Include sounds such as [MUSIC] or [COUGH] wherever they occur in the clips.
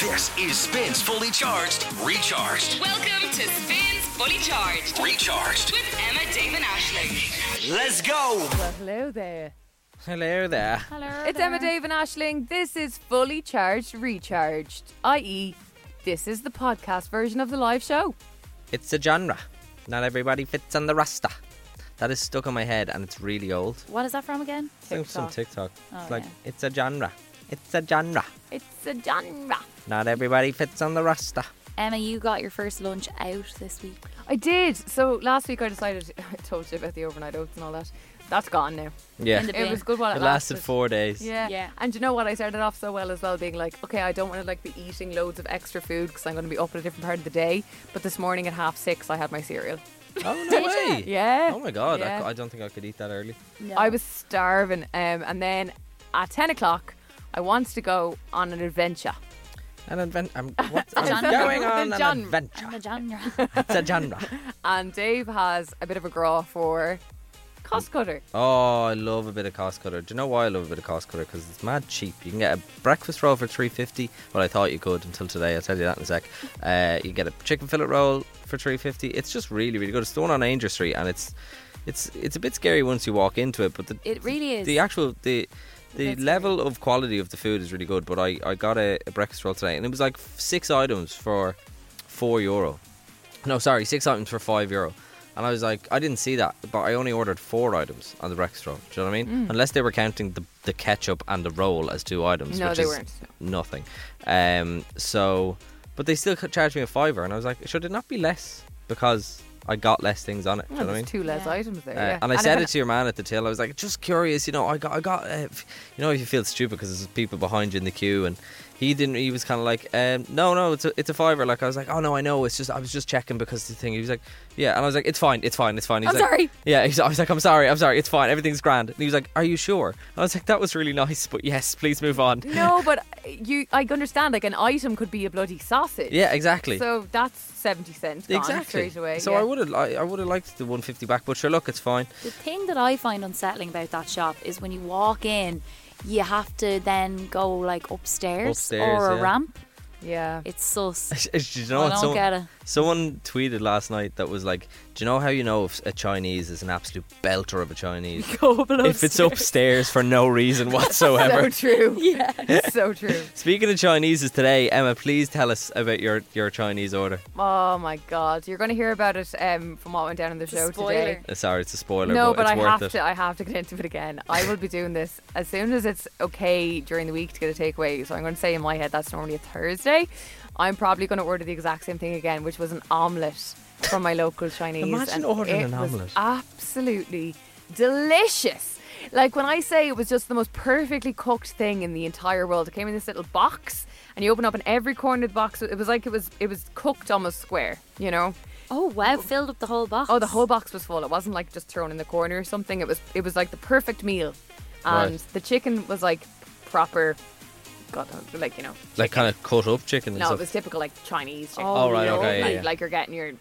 This is Spins Fully Charged, Recharged, Welcome to Spins Fully Charged Recharged. with Emma Damon Ashley. Let's go! Well, hello there. Hello there. It's Emma, Dave, and Ashling. This is Fully Charged Recharged, i.e., this is the podcast version of the live show. It's a genre. Not everybody fits on the rasta. That is stuck on my head and it's really old. What is that from again? It's like some TikTok. Oh, it's like, yeah. it's a genre. It's a genre. It's a genre. Not everybody fits on the rasta. Emma, you got your first lunch out this week. I did. So last week I decided, [LAUGHS] I told you about the overnight oats and all that. That's gone now. Yeah. In the It It bin. was good while it, lasted four days. Yeah. Yeah. And you know what? I started off so well as well, being like, okay, I don't want to like be eating loads of extra food because I'm going to be up at a different part of the day. But this morning at half six, I had my cereal. Oh, no way. Yeah. Oh my god, I Yeah. c- I, don't think I could eat that early. No. I was starving. Um, and then at 10 o'clock, I wanted to go on an adventure. An advent. I'm, what's I'm genre. going on The an genre. And adventure. the genre. It's a genre. And Dave has a bit of a graw for cost cutter. Oh, I love a bit of cost cutter. Do you know why I love a bit of cost cutter? Because it's mad cheap. You can get a breakfast roll for three fifty. Well, I thought you could until today. I'll tell you that in a sec. Uh, you get a chicken fillet roll for three fifty. It's just really, really good. It's the one on Ainger Street, and it's it's it's a bit scary once you walk into it, but the, It [LAUGHS] really is. the actual the the It's level of quality of the food is really good. But I I got a, a breakfast roll today, and it was like six items for four euro. No, sorry, six items for five euro. And I was like, I didn't see that, but I only ordered four items on the breakfast roll. Do you know what I Mm. mean? Unless they were counting the, the ketchup and the roll as two items, No, which they is weren't. nothing. Um, so, but they still charged me a fiver, and I was like, should it not be less because I got less things on it? Do you know what I There's mean? two less Yeah. items there. Mm. Uh, yeah. And I said if it to your man at the till. I was like, just curious, you know. I got, I got, uh, f- you know, if you feel stupid because there's people behind you in the queue, and he didn't. He was kind of like, um, no, no, it's a, it's a fiver. Like I was like, oh no, I know. It's just I was just checking because the thing. He was like, yeah, and I was like, it's fine, it's fine, it's fine. He's I'm like, sorry. Yeah, he's, I was like, I'm sorry, I'm sorry, it's fine, everything's grand. And he was like, are you sure? And I was like, that was really nice, but yes, please move on. No, but you, I understand. Like an item could be a bloody sausage. [LAUGHS] Yeah, exactly. So that's seventy cents gone exactly. straight away. so yeah. I would have, I, I would have liked the 150 back, but sure, look, it's fine. [LAUGHS] The thing that I find unsettling about that shop is when you walk in, you have to then go like upstairs, Upstairs, or a yeah. ramp. [LAUGHS] Yeah. It's sus. Do you know I what? don't Someone- get [LAUGHS] it. Someone tweeted last night that was like, "Do you know how you know if a Chinese is an absolute belter of [LAUGHS] a Chinese if it's upstairs for no reason so whatsoever?" true. [LAUGHS] Yeah. [LAUGHS] so true. Speaking of Chineses today, Emma, please tell us about your your Chinese order. Oh my god, you're going to hear about it um, from what went down in the It's a show today. spoiler. Uh, sorry, it's a spoiler, No, but, but it's I worth have it. to. I have to get into it again. I will be doing this as soon as it's okay during the week to get a takeaway. So I'm going to say in my head that's normally a Thursday. I'm probably going to order the exact same thing again, which was an omelette from my local Chinese. Imagine and ordering it an was omelette. Absolutely delicious. Like when I say it was just the most perfectly cooked thing in the entire world. It came in this little box, and you open up, and every corner of the box, it was like it was it was cooked almost square. You know. Oh wow, filled up the whole box. Oh, the whole box was full. It wasn't like just thrown in the corner or something. It was it was like the perfect meal, and Right. the chicken was like proper, God, like you know, Like kind of cut up chicken. And no, stuff. it was typical like Chinese chicken. Oh, Oh, right, you know, okay, yeah, like, yeah. like you're getting your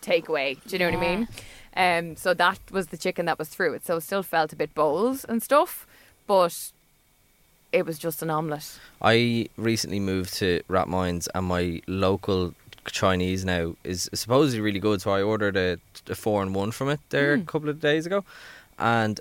takeaway. Do you know what I Yeah. mean? Um, so that was the chicken that was through it. So it still felt a bit bowls and stuff, but it was just an omelette. I recently moved to Ratmines and my local Chinese now is supposedly really good. So I ordered a, a four and one from it there Hmm. a couple of days ago, and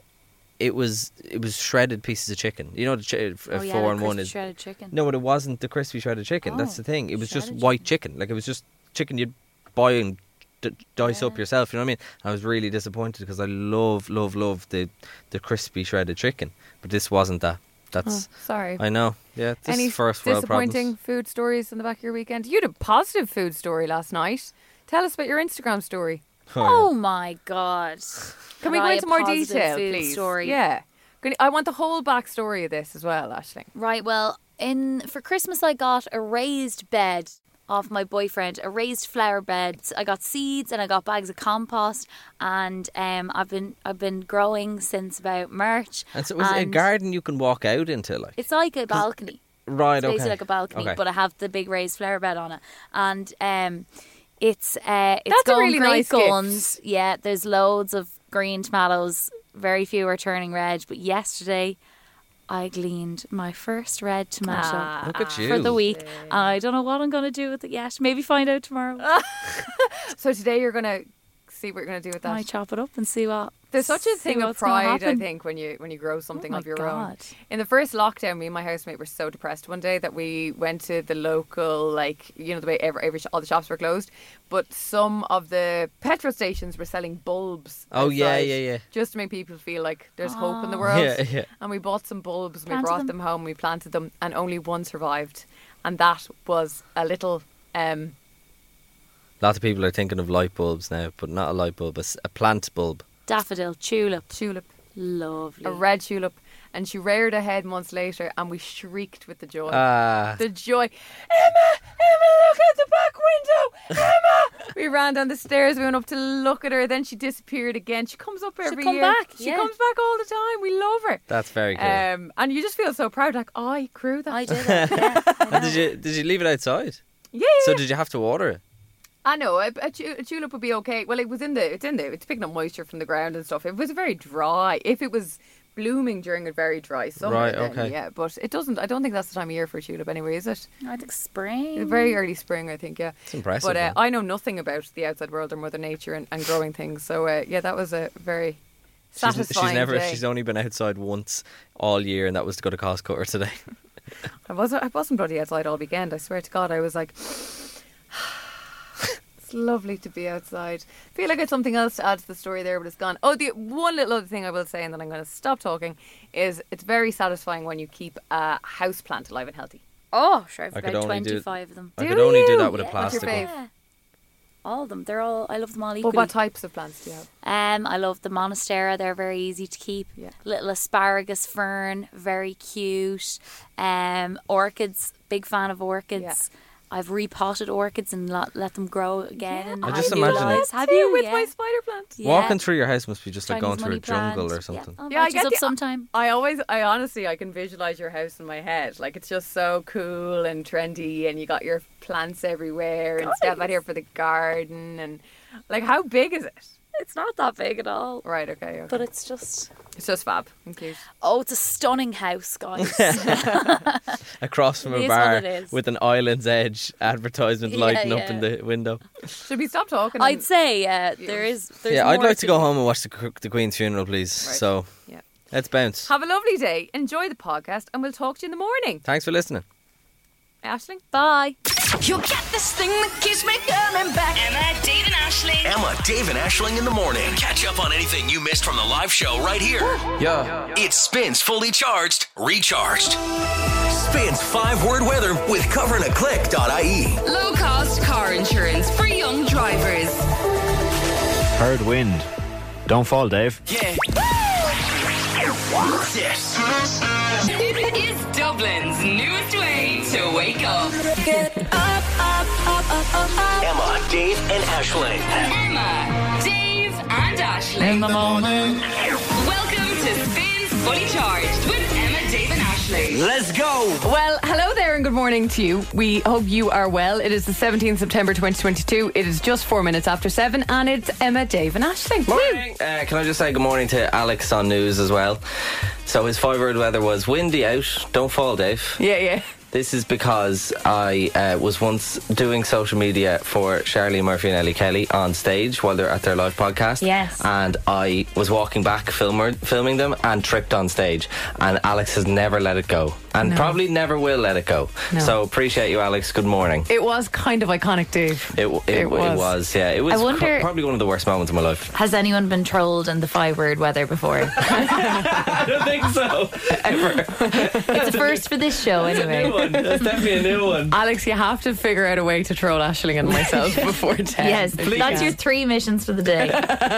it was it was shredded pieces of chicken. You know, the chi- Oh, a yeah, four the and one crispy is shredded chicken. no, but it wasn't the crispy shredded chicken. That's Oh, the thing. It was just shredded white chicken. Like it was just chicken you'd buy and d- dice up Yeah. yourself. You know what I mean? I was really disappointed because I love, love, love the the crispy shredded chicken, but this wasn't that. That's Oh, Sorry. I know. Yeah, this Any is first world disappointing problems. food stories in the back of your weekend? You had a positive food story last night. Tell us about your Instagram story. [LAUGHS] Oh my god. Can we go Right, into a more positive detail, food please? Story. Yeah. Can- I want the whole backstory of this as well, Ashling. Right. Well, in for Christmas I got a raised bed off my boyfriend, a raised flower bed. I got seeds and I got bags of compost, and um, I've been I've been growing since about March. And so it was a and garden you can walk out into, like It's like a balcony. right, It's okay, basically like a balcony, Okay. but I have the big raised flower bed on it, and um, it's uh, it's That's a going really great nice gift. guns. Yeah, there's loads of green tomatoes. Very few are turning red, but yesterday I gleaned my first red tomato Ah. Look at you. for the week. I don't know what I'm going to do with it yet. Maybe find out tomorrow. Ah. So today you're gonna see what you're gonna do with I that. might chop it up and see what. There's such a see thing of what's gonna pride, I happen. Oh think, when you when you grow something my of your own. God. In the first lockdown, me and my housemate were so depressed one day that we went to the local, like you know, the way every, every sh- all the shops were closed, but some of the petrol stations were selling bulbs. Oh, yeah, outside, yeah, yeah. Just to make people feel like there's hope in the world. [LAUGHS] Yeah, yeah. And we bought some bulbs. and We Ah. Planted brought them. them home. We planted them, and only one survived, and that was a little. um Lots of people are thinking of light bulbs now, but not a light bulb, a, s- a plant bulb. Daffodil, tulip, Tulip, lovely. a red tulip, and she reared her head months later, and we shrieked with the joy. Ah, the joy. Emma, Emma, look out the back window. [LAUGHS] Emma. we ran down the stairs. We went up to look at her. Then she disappeared again. She comes up every come year. back, She yeah. comes back all the time. We love her. that's very cool. Um, and you just feel so proud. Like oh, I grew that. I did it. [LAUGHS] Yeah, and did you did you leave it outside? Yeah. So yeah. did you have to water it? I know a, a, tu- a tulip would be okay. Well, it was in the it's in there. It's picking up moisture from the ground and stuff. If It was very dry. If it was blooming during a very dry summer, Right, then okay. yeah. But it doesn't. I don't think that's the time of year for a tulip anyway, is it? I think spring. Very early spring, I think. Yeah, it's Mm. impressive, But uh, man. I know nothing about the outside world or Mother Nature and, and growing things. So uh, yeah, that was a very She's, satisfying she's never. day. She's only been outside once all year, and that was to go to Costco or today. [LAUGHS] I wasn't. I wasn't bloody outside all weekend. I swear to God, I was like, [SIGHS] it's lovely to be outside. I feel like I had something else to add to the story there, but it's gone. Oh, the one little other thing I will say, and then I'm going to stop talking, is it's very satisfying when you keep a house plant alive and healthy. Oh, sure, I've I got could only do- 25 of them. I Do could only do you? that with a Yeah. What's plastic your one. fave? Yeah. All of them. They're all. I love them all But equally. what types of plants do you have? Um, I love the monstera. They're very easy to keep. Yeah. Little asparagus fern, very cute. Um, orchids. Big fan of orchids. I've repotted orchids and lot, let them grow again. I in just new imagine it. lives. Let's Have See, you with yeah. my spider plant? Yeah. Walking through your house must be just like Chinese going through money a jungle plant. or something. Yeah, I'll Yeah, I match us get up the- sometime. I always, I honestly, I can visualize your house in my head. Like it's just so cool and trendy, and you got your plants everywhere, and stuff out here for the garden, and like how big is it? It's not that big at all, Right, okay, okay. but it's just it's just fab and cute. oh, it's a stunning house, guys. [LAUGHS] [LAUGHS] Across from It a is what bar it is. with an Island's Edge [LAUGHS] advertisement Yeah, lighting up yeah. in the window. Should we stop talking? I'd and- say uh, there is. There's yeah, I'd more like to go home and watch the, Qu- the Queen's funeral, please. Right. So Yeah. let's bounce. Have a lovely day. Enjoy the podcast, and we'll talk to you in the morning. Thanks for listening. Ashling. Bye. You'll get this thing that keeps me coming back. Emma, Dave, and Ashling. Emma, Dave, and Ashling in the morning. Catch up on anything you missed from the live show right here. Yeah. It spins fully charged, recharged. Spins five word weather with covering a click.ie. Low cost car insurance for young drivers. Heard wind. Don't fall, Dave. Yeah. This It's Dublin's newest way to wake up. Emma, Dave, and Ashling. Emma, Dave, and Ashling. In the morning. Welcome to Spins Fully Charged with Emma, Dave, and Ashling. Let's go. Well, hello there and good morning to you. We hope you are well. It is the 17th September 2022. It is just four minutes after seven, and it's Emma, Dave, and Ashling. Morning. Uh, can I just say good morning to Alex on news as well? So his five word weather was windy out. Don't fall, Dave. Yeah, yeah. This is because I uh, was once doing social media for Shirley Murphy and Ellie Kelly on stage while they're at their live podcast. Yes. And I was walking back filmer, filming them and tripped on stage. And Alex has never let it go. And probably never will let it go. No. So appreciate you, Alex. Good morning. It was kind of iconic, Dave. It, w- it, It w- it was. was, yeah. It was I cr- wonder- probably one of the worst moments of my life. Has anyone been trolled in the five word weather before? I don't think [LAUGHS] so. [LAUGHS] it's a first for this show, anyway. one. That's definitely a new one. Alex, you have to figure out a way to troll Ashling and [LAUGHS] myself before 10. Yes, that's your three missions for [LAUGHS] the day.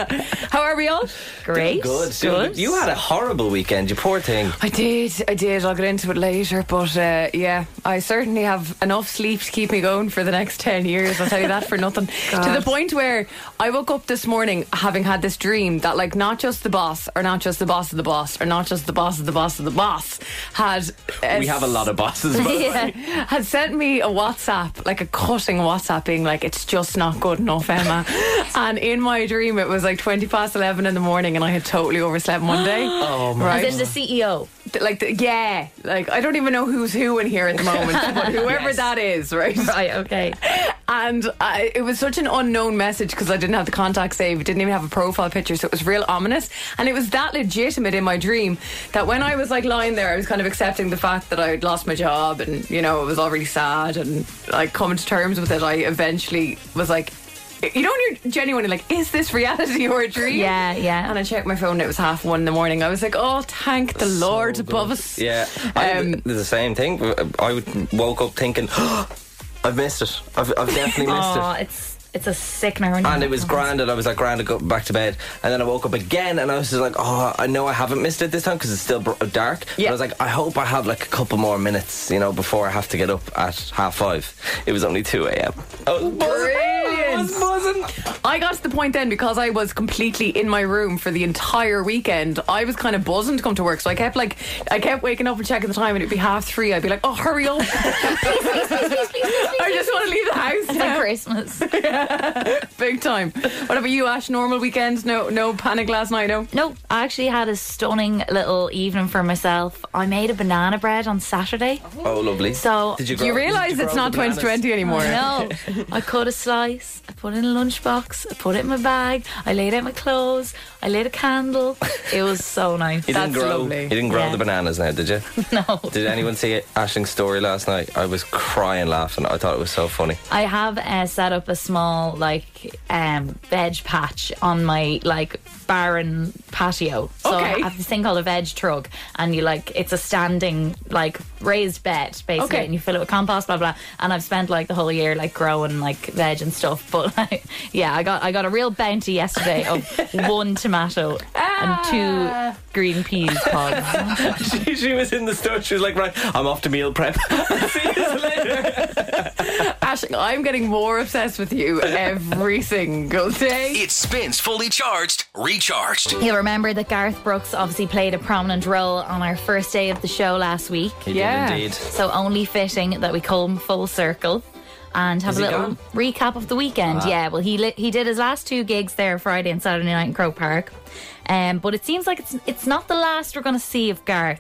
How are we all? Great. Good. Good. You had a horrible weekend, you poor thing. I did, I did. I'll get into it later. But uh, yeah, I certainly have enough sleep to keep me going for the next 10 years. I'll tell you that for nothing. to the point where I woke up this morning having had this dream that, like, not just the boss, or not just the boss of the boss, or not just the boss of the boss of the boss had. uh, We have a lot of bosses. [LAUGHS] but- [LAUGHS] Yeah. had sent me a WhatsApp, like a cutting WhatsApp, being like, "It's just not good enough, [LAUGHS] Emma." and in my dream, it was like twenty past eleven in the morning, and I had totally overslept Monday. [GASPS] oh As Right? in the CEO. th- like the, yeah, like I don't even know who's who in here [LAUGHS] at the moment, but whoever that is, right? [LAUGHS] Oh, Right, okay. And I, it was such an unknown message because I didn't have the contact save, didn't even have a profile picture, so it was real ominous. And it was that legitimate in my dream that when I was like lying there, I was kind of accepting the fact that I had lost my job and you know it was already sad and like coming to terms with it. I eventually was like, you know, when you're genuinely like, is this reality or a dream? Yeah, yeah. And I checked my phone; and it was half one in the morning. I was like, oh, thank the Lord So above good. us. [LAUGHS] Yeah, I Um, did the same thing. I would- woke up thinking, [GASPS] I've missed it. I've, [LAUGHS] I've definitely missed Oh, it. it's it's a sickener. when you And it think was about grand, and I was like, grand, I go back to bed. And then I woke up again, and I was just like, oh, I know I haven't missed it this time because it's still br- dark. But Yeah. I was like, I hope I have like a couple more minutes, you know, before I have to get up at half five. It was only 2 a.m. Oh, Brilliant. I got to the point then because I was completely in my room for the entire weekend. I was kind of buzzing to come to work, so I kept like I kept waking up and checking the time, and it'd be half three. I'd be like, "Oh, hurry up! [LAUGHS] I just want to leave the [LAUGHS] house It's like now." Christmas. big time." What about you, Ash? Normal weekend? No, no panic last night. No. Nope, I actually had a stunning little evening for myself. I made a banana bread on Saturday. oh lovely. So did you, Do grow, you did realise grow it's not the bananas? 2020 anymore? No, I cut a slice. I put it in a lunchbox. I put it in my bag. I laid out my clothes. I lit a candle. It was so nice. You didn't That's grow. lovely. You didn't grow Yeah. the bananas now, did you? [LAUGHS] No. Did anyone see it? Ashling's story last night? I was crying laughing. I thought it was so funny. [LAUGHS] I have uh, set up a small like um, veg patch on my like barren patio. So Okay. I have this thing called a veg truck, and you like it's a standing like raised bed basically, Okay. and you fill it with compost, blah blah. And I've spent like the whole year like growing like veg and stuff. But [LAUGHS] like, yeah, I got I got a real bounty yesterday [LAUGHS] of one tomato Ah. and two green peas [LAUGHS] pods. she, she was in the store. She was like, right, I'm off to meal prep. [LAUGHS] see you later. Ashling, I'm getting more obsessed with you [LAUGHS] every single day. It spins fully charged, recharged. You'll remember that Garth Brooks obviously played a prominent role on our first day of the show last week. Yeah. Indeed. So only fitting that we come full circle and have a he little gone? Ah. recap of the weekend. Yeah, well, he li- he did his last two gigs there Friday and Saturday night in Croke Park. Um, but it seems like it's it's not the last we're going to see of Garth.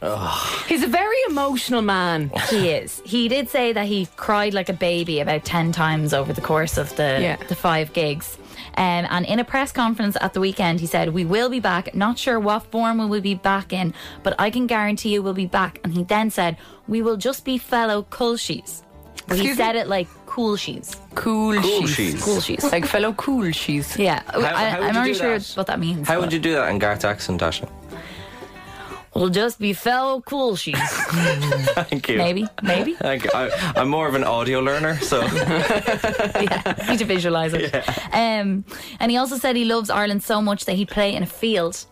He's a very emotional man. He is. He did say that he cried like a baby about 10 times over the course of the, Yeah. the five gigs. Um, and in a press conference at the weekend, he said, We will be back. Not sure what form we will be back in, but I can guarantee you we'll be back. And he then said, We will just be fellow culshies. But he Excuse me? said it like cool she's. Cool, Cool she's. she's. Cool she's. Like fellow cool she's. Yeah, how I, would I'm you not do sure that? what that means. How but would you do that in Garth accent, Ashling? We'll just be fellow cool she's. [LAUGHS] [LAUGHS] Thank you. maybe, maybe. Thank you. I, I'm more of an audio learner, [LAUGHS] so [LAUGHS] yeah, need to visualize it. Um, and he also said he loves Ireland so much that he'd play in a field.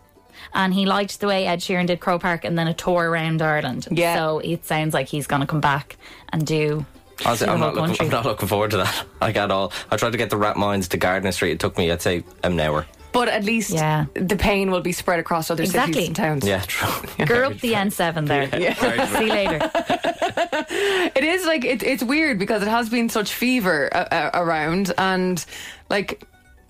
And he liked the way Ed Sheeran did Crow Park and then a tour around Ireland. Yeah. So it sounds like he's going to come back and do. honestly, the I'm whole not looking. country. I'm not looking forward to that [LAUGHS] like at all. I tried to get the Rat Mines to Gardner Street. It took me, I'd say, an hour. But at least Yeah. the pain will be spread across other Exactly. cities and towns. Yeah, [LAUGHS] true. Girl up the N7 there. See you later. It is like it, it's weird because it has been such fever uh, uh, around, and like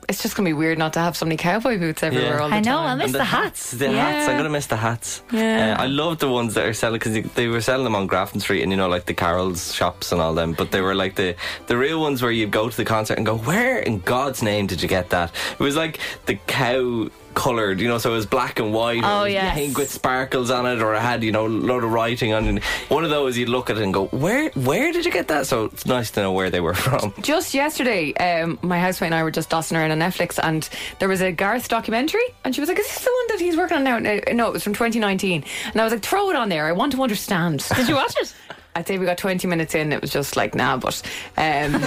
it's just gonna be weird not to have so many cowboy boots everywhere. Yeah. All the I know, I time. miss the, hats. The hats. I'm gonna miss the hats. Yeah. Uh, I love the ones that are selling because they were selling them on Grafton Street and you know like the Carol's shops and all them. But they were like the the real ones where you go to the concert and go, where in God's name did you get that? It was like the cow. Coloured, you know, so it was black and white. Oh, or it was yes. pink with sparkles on it, or it had you know a load of writing on it. One of those you'd look at it and go, "Where, where did you get that?" So it's nice to know where they were [LAUGHS] from. Just yesterday, um, my housemate and I were just dossing around on Netflix, and there was a Garth documentary, and she was like, "Is this the one that he's working on now?" No, no, it was from 2019, and I was like, "Throw it on there. I want to understand." [LAUGHS] Did you watch it? I'd say we got 20 minutes in. It was just like, nah, but. Um, She's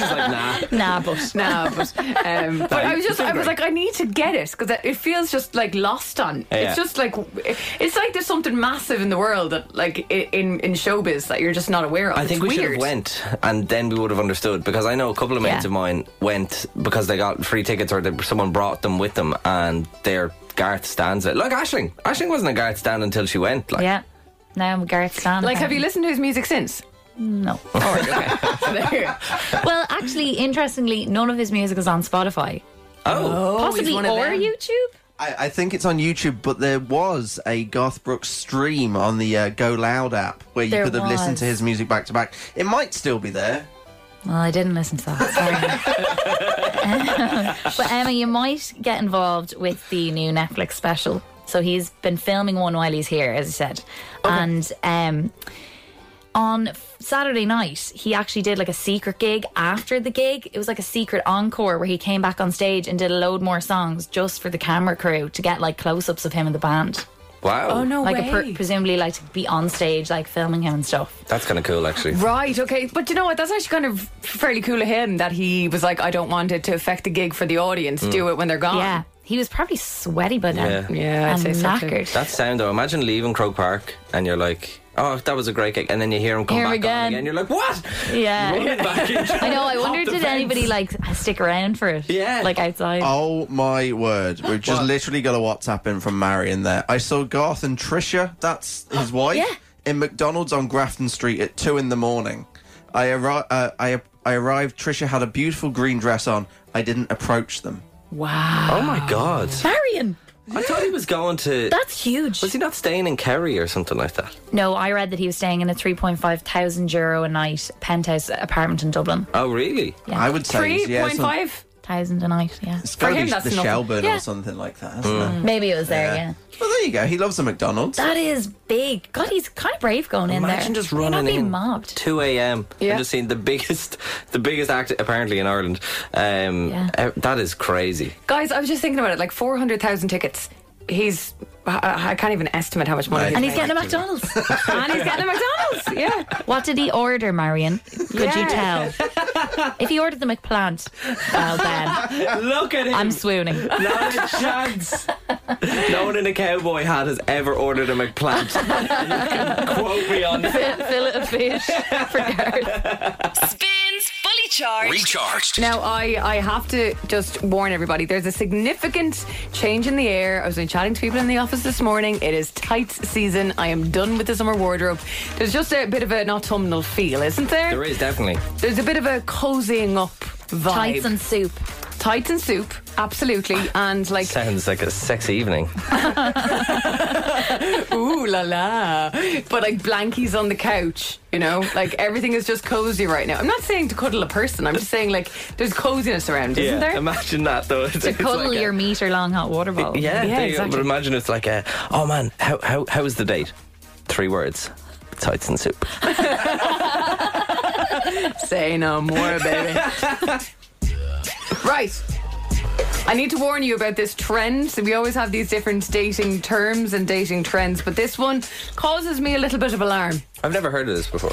like, "Nah." Nah, but. No, but, [LAUGHS] um, but I was just, I was like, I need to get it because it feels just like lost on. Yeah. It's just like, it's like there's something massive in the world that, like, i- in in showbiz that you're just not aware of. I think It's we should weird. have went, and then we would have understood. Because I know a couple of mates Yeah. of mine went because they got free tickets, or they, someone brought them with them, and their Garth stands it. Like Ashling, Ashling wasn't a Garth stand until she went. Like, Yeah. Now I'm Gareth Stan. Like, have you listened to his music [LAUGHS] since? No. All right, okay. So there. [LAUGHS] well, actually, interestingly, none of his music is on Spotify. Oh, oh, he's Possibly one of or them. YouTube? I, I think it's on YouTube, but there was a Garth Brooks stream on the uh, Go Loud app where you There could have listened to was. his music back to back. It might still be there. Well, I didn't listen to that. [LAUGHS] Sorry. but Emma, you might get involved with the new Netflix special. So he's been filming one while he's here, as I said, and um, on f- Saturday night he actually did like a secret gig after the gig. It was like a secret encore where he came back on stage and did a load more songs just for the camera crew to get like close-ups of him and the band, Wow. Oh no like way. a per- presumably like to be on stage like filming him and stuff. That's kind of cool, actually. Right, okay. But you know what? That's actually kind of fairly cool of him that he was like, I don't want it to affect the gig for the audience. Mm. Do it when they're gone. Yeah, he was probably sweaty by then. Yeah. Oh. Yeah, I'd and say so too. knackered. That sound though. Imagine leaving Croke Park and you're like, oh, that was a great gig, and then you hear him come Here back again. on again. You're like, [LAUGHS] what? Yeah. Running back into- I know. I wonder, the did anybody like stick around for it? Yeah. Like outside. Oh my word. We've just literally got a WhatsApp in from Marion there. I saw Garth and Trisha, that's [GASPS] his wife, Yeah. in McDonald's on Grafton Street at 2 in the morning. I, arri- uh, I, I arrived, Trisha had a beautiful green dress on. I didn't approach them. Wow. Oh my god! Marion, I thought he was going to. that's huge. Was he not staying in Kerry or something like that? No, I read that he was staying in a 3.5 thousand euro a night penthouse apartment in Dublin. Oh really? Yeah. I would say, yeah, some- 3.5? Thousand a night, yeah. it's gotta For him, be that's the enough. Shelburne Yeah. or something like that, isn't it? Maybe it was there, yeah. Well, there you go. He loves the McDonald's. That is big. God, he's kind of brave going in there. Imagine just You're running not being in mobbed. 2 a.m. Yeah. and just seeing the biggest, [LAUGHS] the biggest act apparently in Ireland. Um, Yeah. eh, that is crazy. Guys, I was just thinking about it. Like 400,000 tickets. He's. I I can't even estimate how much money Right. And he's he's getting a McDonald's. and he's getting a McDonald's. [LAUGHS] Yeah. what did he order, Marion? Could Yeah. you tell? if he ordered the McPlant, well then, Look at him. I'm swooning. Not a chance. no one in a cowboy hat has ever ordered a McPlant. You can quote me on that. Fillet of fish for Gareth. Spins Fully Charged. Recharged. Now, I, I have to just warn everybody there's a significant change in the air. I was been chatting to people in the office this morning. It is tights season. I am done with the summer wardrobe. There's just a bit of an autumnal feel, isn't there? [LAUGHS] There is definitely. There's a bit of a cozying up vibe. Tights and soup. Tights and soup, absolutely. And like, Sounds like a sexy evening. ooh la la. But like blankies on the couch, you know? Like everything is just cozy right now. I'm not saying to cuddle a person, I'm just saying like there's coziness around, isn't there? Imagine that though. [LAUGHS] To cuddle your meat or long hot water bottle. Yeah, Yeah, there you go. exactly. But imagine it's like a. Oh man, how how how was the date? Three words. Tights and soup. Say no more, baby. right. I need to warn you about this trend. So we always have these different dating terms and dating trends, but this one causes me a little bit of alarm. I've never heard of this before.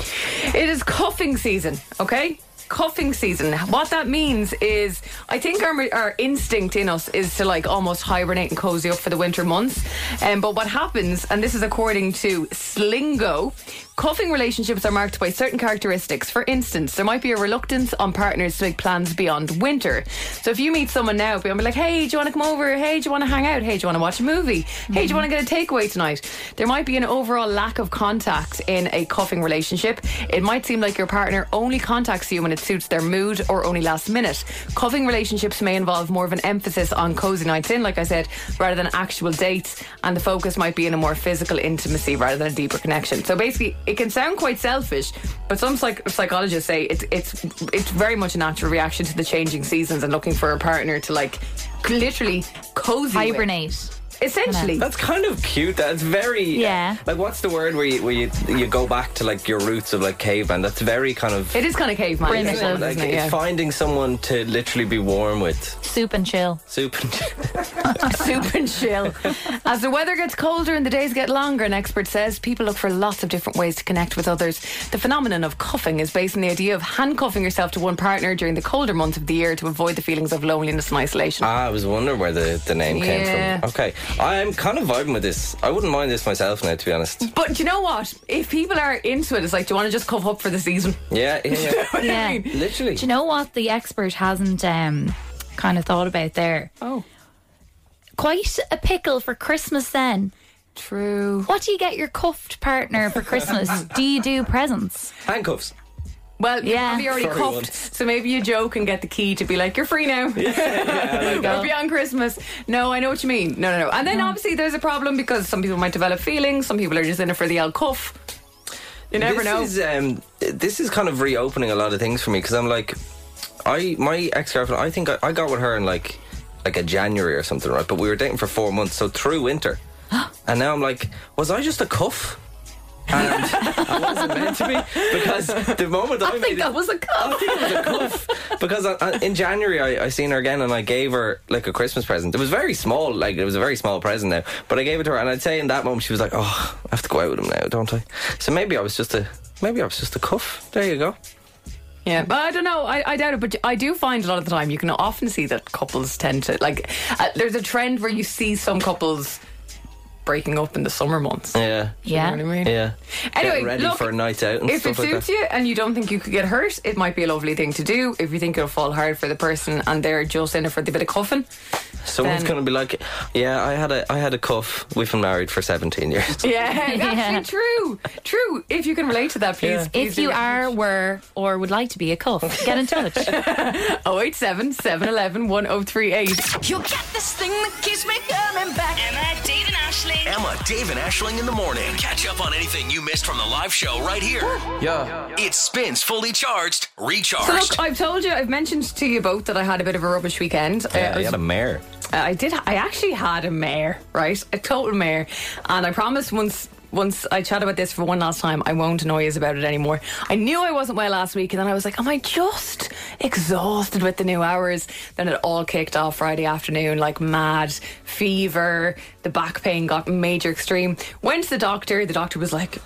It is cuffing season, okay? Cuffing season. What that means is, I think our, our instinct in us is to like almost hibernate and cozy up for the winter months. Um, but what happens, and this is according to Slingo, cuffing relationships are marked by certain characteristics. For instance, there might be a reluctance on partners to make plans beyond winter. So if you meet someone now, be like, hey, do you want to come over? Hey, do you want to hang out? Hey, do you want to watch a movie? Hey, do you want to get a takeaway tonight? There might be an overall lack of contact in a cuffing relationship. It might seem like your partner only contacts you when it suits their mood or only last minute. Cuffing relationships may involve more of an emphasis on cozy nights in, like I said, rather than actual dates, and the focus might be in a more physical intimacy rather than a deeper connection. So basically, it can sound quite selfish, but some psych- psychologists say it's it's it's very much a natural reaction to the changing seasons and looking for a partner to like literally cozy with. Hibernate. essentially. That's kind of cute. That's very uh, Yeah. Like, what's the word where you where you, you go back to like your roots of like caveman? That's very kind of. It is kind of caveman, Primitive. isn't it? like Isn't it? it's Yeah. finding someone to literally be warm with Soup [LAUGHS] and chill. soup and soup and chill. As the weather gets colder and the days get longer, an expert says people look for lots of different ways to connect with others. The phenomenon of cuffing is based on the idea of handcuffing yourself to one partner during the colder months of the year to avoid the feelings of loneliness and isolation. [LAUGHS] Ah, I was wondering where the, the name Yeah. came from. Okay. I'm kind of vibing with this. I wouldn't mind this myself now, to be honest. but you know what? If people are into it, it's like, do you want to just cough up for the season? Yeah, yeah, [LAUGHS] yeah. Yeah. Do Literally. you know what the expert hasn't um, kind of thought about there? Oh, Quite a pickle for Christmas then. true. [LAUGHS] What do you get your cuffed partner for Christmas? do you do presents? Handcuffs. Well, you're Yeah. probably already Sorry, cuffed, once. so maybe you joke and get the key to be like, "You're free now." [LAUGHS] We're beyond Christmas. No, I know what you mean. No, no, no. And then obviously there's a problem because some people might develop feelings. Some people are just in it for the old cuff. You never this know. Is, um, this is kind of reopening a lot of things for me because I'm like, I my ex girlfriend. I think I, I got with her in like like a January or something, right? But we were dating for four months, so through winter. and now I'm like, was I just a cuff? And [LAUGHS] I wasn't meant to be because the moment I, I made think it, that was a cuff. [LAUGHS] because I, I, in January I, I seen her again and I gave her like a Christmas present. It was very small, like it was a very small present now, but I gave it to her and I'd say in that moment she was like, "Oh, I have to go out with him now, don't I?" So maybe I was just a maybe I was just a cuff. There you go. Yeah, but I don't know. I, I doubt it, but I do find a lot of the time you can often see that couples tend to like. Uh, there's a trend where you see some couples breaking up in the summer months. Yeah, You know Yeah. what I mean? yeah. Anyway, Get ready look, for a night out and If it stuff like suits that. you and you don't think you could get hurt, it might be a lovely thing to do. If you think it'll fall hard for the person and they're just in it for the bit of [LAUGHS] cuffing, Someone's then- gonna be like, "Yeah, I had a I had a cuff. We've been married for 17 years." yeah, that's true, true. If you can relate to that, please. please If do you get- are, were, or would like to be a cuff, get [LAUGHS] in touch. [LAUGHS] Oh, 087 711 1038. You'll get this thing that keeps me coming back. Emma, Dave, and Ashling. Emma, Dave, and Ashling in the morning. Catch up on anything you missed from the live show right here. [GASPS] yeah. It spins fully charged, recharged. So look, I've told you, I've mentioned to you both that I had a bit of a rubbish weekend. Uh, I Yeah, was you had [LAUGHS] a mare. Uh, I did. I actually had a mare, right? A total mare, and I promised once. Once I chat about this for one last time, I won't annoy us about it anymore. I knew I wasn't well last week, and then I was like, "Am I just exhausted with the new hours?" Then it all kicked off Friday afternoon, like mad fever. The back pain got major extreme. Went to the doctor. The doctor was like,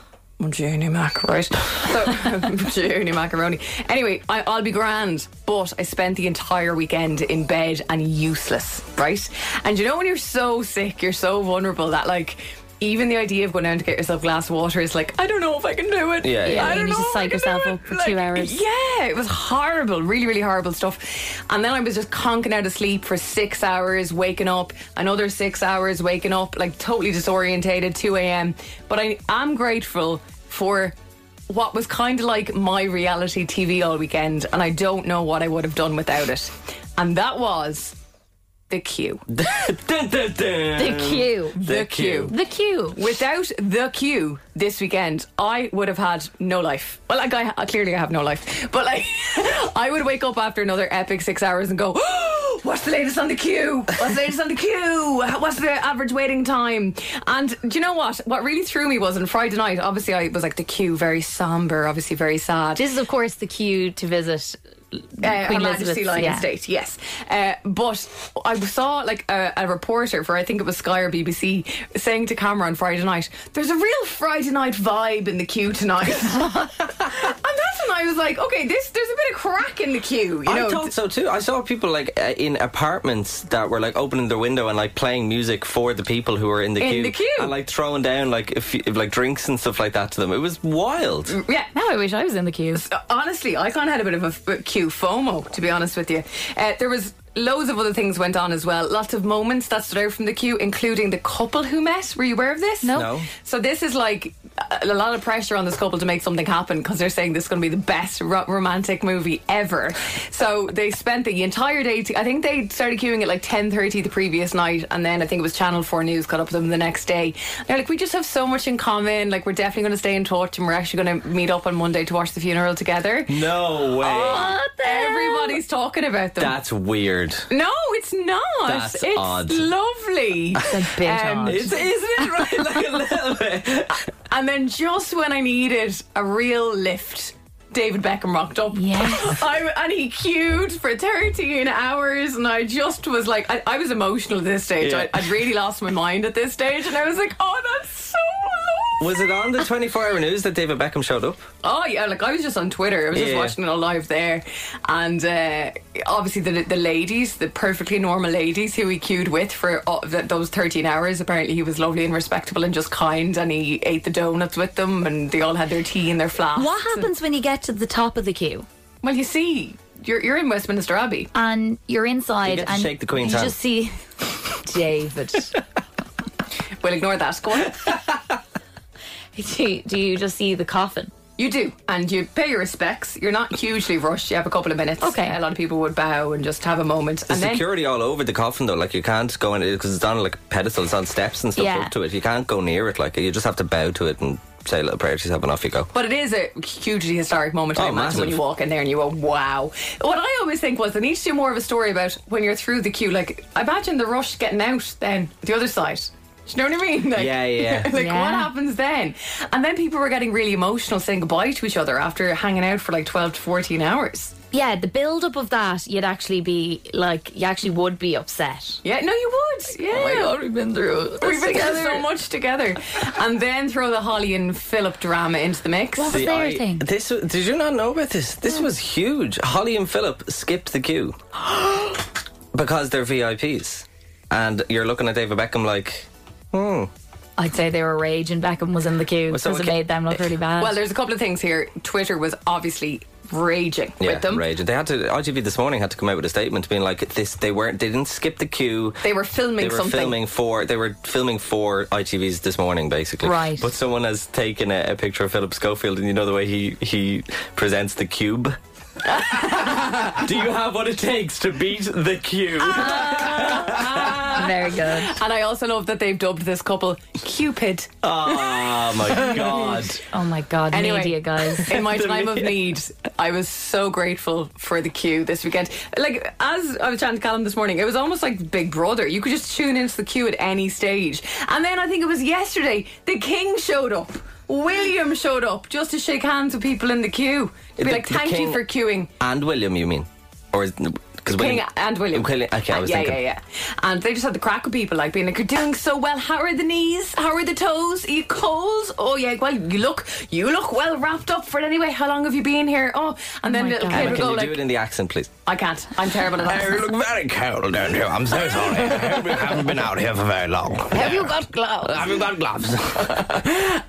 Junior Mac, [LAUGHS] right? So, Junior Macaroni. Anyway, I, I'll be grand, but I spent the entire weekend in bed and useless, right? And you know when you're so sick, you're so vulnerable that like. Even the idea of going down to get yourself a glass of water is like, I don't know if I can do it. Yeah, yeah. I You don't need to know if I psych can do yourself it. up for two hours. Yeah, it was horrible, really, really horrible stuff. And then I was just conking out of sleep for six hours, waking up, another six hours, waking up, like totally disorientated, 2 a.m. But I am grateful for what was kind of like my reality TV all weekend, and I don't know what I would have done without it. And that was The Q. The, Dun, dun, dun. The queue. Q. The queue. Without the queue this weekend, I would have had no life. Well, like I clearly I have no life, but like [LAUGHS] I would wake up after another epic six hours and go, [GASPS] "Oh, "What's the latest on the queue? What's the latest on the queue? What's the average waiting time?" And do you know what? What really threw me was on Friday night. Obviously, I was like the queue, very somber, obviously very sad. This is, of course, the queue to visit Uh, Queen Her Majesty Elizabeth's- Lion yeah. State, yes. Uh, but I saw like a, a reporter for I think it was Sky or BBC saying to camera on Friday night, "There's a real Friday night vibe in the queue [LAUGHS] tonight," [LAUGHS] and that's when I was like, "Okay, this there's a bit of crack in the queue." You know, I thought so too. I saw people like uh, in apartments that were like opening their window and like playing music for the people who were in the In queue, the queue. and like throwing down like if, if, like drinks and stuff like that to them. It was wild. yeah. Now I wish I was in the queue. honestly, I kind of had a bit of a f- a queue FOMO, to be honest with you. Uh, there was loads of other things went on as well. Lots of moments that stood out from the queue, including the couple who met. Were you aware of this? No. No. So this is like a a lot of pressure on this couple to make something happen because they're saying this is going to be the best ro- romantic movie ever. So they spent the entire day. T- I think they started queuing at like ten thirty the previous night, and then I think it was Channel Four News caught up with them the next day. They're like, we just have so much in common. Like we're definitely going to stay in touch, and we're actually going to meet up on Monday to watch the funeral together. No way. Oh. Everybody's talking about them. That's [LAUGHS] weird. no, it's not. That's it's odd. [LAUGHS] lovely. Um, It's a bit odd. Um, It's, isn't it right? Like a little bit. And then just when I needed a real lift, David Beckham rocked up. [LAUGHS] Yes. I, and he queued for 13 hours, and I just was like, I, I was emotional at this stage. Yeah. I, I'd really lost my mind at this stage, and I was like, oh, that's so lovely. Was it on the 24 hour news that David Beckham showed up? Oh yeah, like I was just on Twitter. I was just Yeah. watching it all live there, and uh, obviously the the ladies, the perfectly normal ladies who he queued with for all, th- those thirteen hours. Apparently, he was lovely and respectable and just kind, and he ate the donuts with them, and they all had their tea and their flasks. What happens when you get to the top of the queue Well, you see, you're you're in Westminster Abbey. and you're inside You get to and shake the Queen's you hand. just see [LAUGHS] David? We'll ignore that. Go on. do, do you just see the coffin? You do, and you pay your respects. You're not hugely rushed. You have a couple of minutes. Okay. a lot of people would bow and just have a moment. The and then security all over the coffin though, like you can't go in it because it's on like a pedestal, it's on steps and stuff Yeah. up to it. You can't go near it. Like you just have to bow to it and say a little prayer to yourself and off you go. But it is a hugely historic moment, Oh, I imagine, when massive. you walk in there and you go, wow. What I always think was they need to do more of a story about when you're through the queue. Like, imagine the rush getting out then, the other side. Do you know what I mean? Like, Yeah, yeah. [LAUGHS] like, Yeah. what happens then? And then people were getting really emotional saying goodbye to each other after hanging out for like 12 to 14 hours. Yeah, the build up of that, you'd actually be like, you actually would be upset. Yeah, no, you would. Yeah. we've been through. We've been through so much together. and then throw the Holly and Philip drama into the mix. What was their I- thing? This w- did you not know about this? This was huge. Holly and Philip skipped [GASPS] the queue because they're VIPs, and you're looking at David Beckham like, hmm. I'd say they were raging. Beckham was in the queue because so it okay- made them look really bad. Well, there's a couple of things here. Twitter was obviously raging Yeah, with them. rage. They had to. ITV this morning had to come out with a statement being like, "This they weren't. They didn't skip the queue. They were filming They were something. filming for. They were filming for ITV's this morning, basically. Right. But someone has taken a, a picture of Philip Schofield, and you know the way he he presents [LAUGHS] the cube. [LAUGHS] Do you have what it takes to beat the queue? [LAUGHS] Very good. And I also love that they've dubbed this couple Cupid. oh my god! Oh my god, Anyway. media [LAUGHS] guys. In my time of need, I was so grateful for the queue this weekend. Like, as I was chatting to Callum this morning, it was almost like Big Brother. You could just tune into the queue at any stage. And then I think it was yesterday, the King showed up. William showed up just to shake hands with people in the queue. To be The- like, the thank you king- for queuing. [LAUGHS] And William, you mean, or because King and William. Okay, I was yeah, thinking. yeah, yeah. And they just had the crack of people like being like, "You're doing so well. How are the knees? How are the toes? Are you cold? Oh yeah. Well, you look, you look well wrapped up for it anyway. How long have you been here? Oh, and then my little God. kid Emma, would can go you like, do it in the accent, please? "I can't. I'm terrible at [LAUGHS] I that." look very cold down here. I'm so sorry. I hope you haven't been out here for very long. Have you got gloves? Have you got gloves?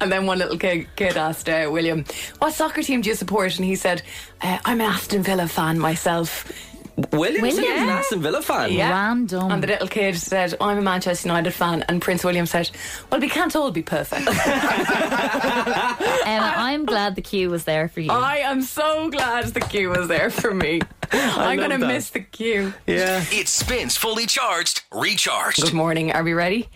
And then one little kid, kid asked uh, William, "What soccer team do you support?" And he said, uh, "I'm an Aston Villa fan myself." William's William? an Aston Villa fan. Yeah. Random. And the little kid said, "I'm a Manchester United fan." And Prince William said, "Well, we can't all be perfect." Emma, Um, I'm glad the queue was there for you. I am so glad the queue was there for [LAUGHS] me. I'm love going to that. miss the queue. Yeah. It spins fully charged, recharged. Good morning. Are we ready?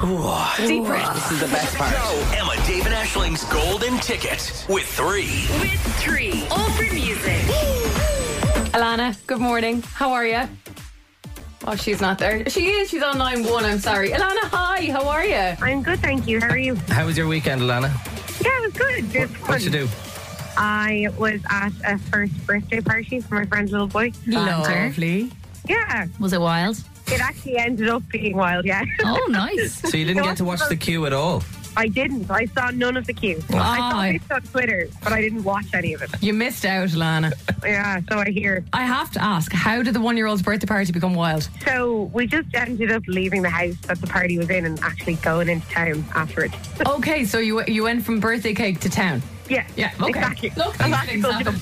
Deep breath. This is the best part. Now, Emma, Dave, and Ashling's golden ticket with three. With three. All for music. Alana, good morning. How are you? Oh, she's not there. She is. She's on line one. I'm sorry. Alana, hi. How are you? I'm good, thank you. How are you? How was your weekend, Alana? Yeah, it was good. It was fun. What'd you do? I was at a first birthday party for my friend's little boy. Lovely. Yeah, Was it wild? it actually ended up being wild. Yeah, Oh, nice. So you didn't get to watch the queue at all. [LAUGHS] I didn't. I saw none of the queue. I saw Aye. it on Twitter, but I didn't watch any of it. [LAUGHS] You missed out, Alana. Yeah, so I hear. I have to ask, how did the one year old's birthday party become wild? So we just ended up leaving the house that the party was in and actually going into town afterwards. okay, so you you went from birthday cake to town. yeah, Yeah, okay. exactly. Look, these things happen.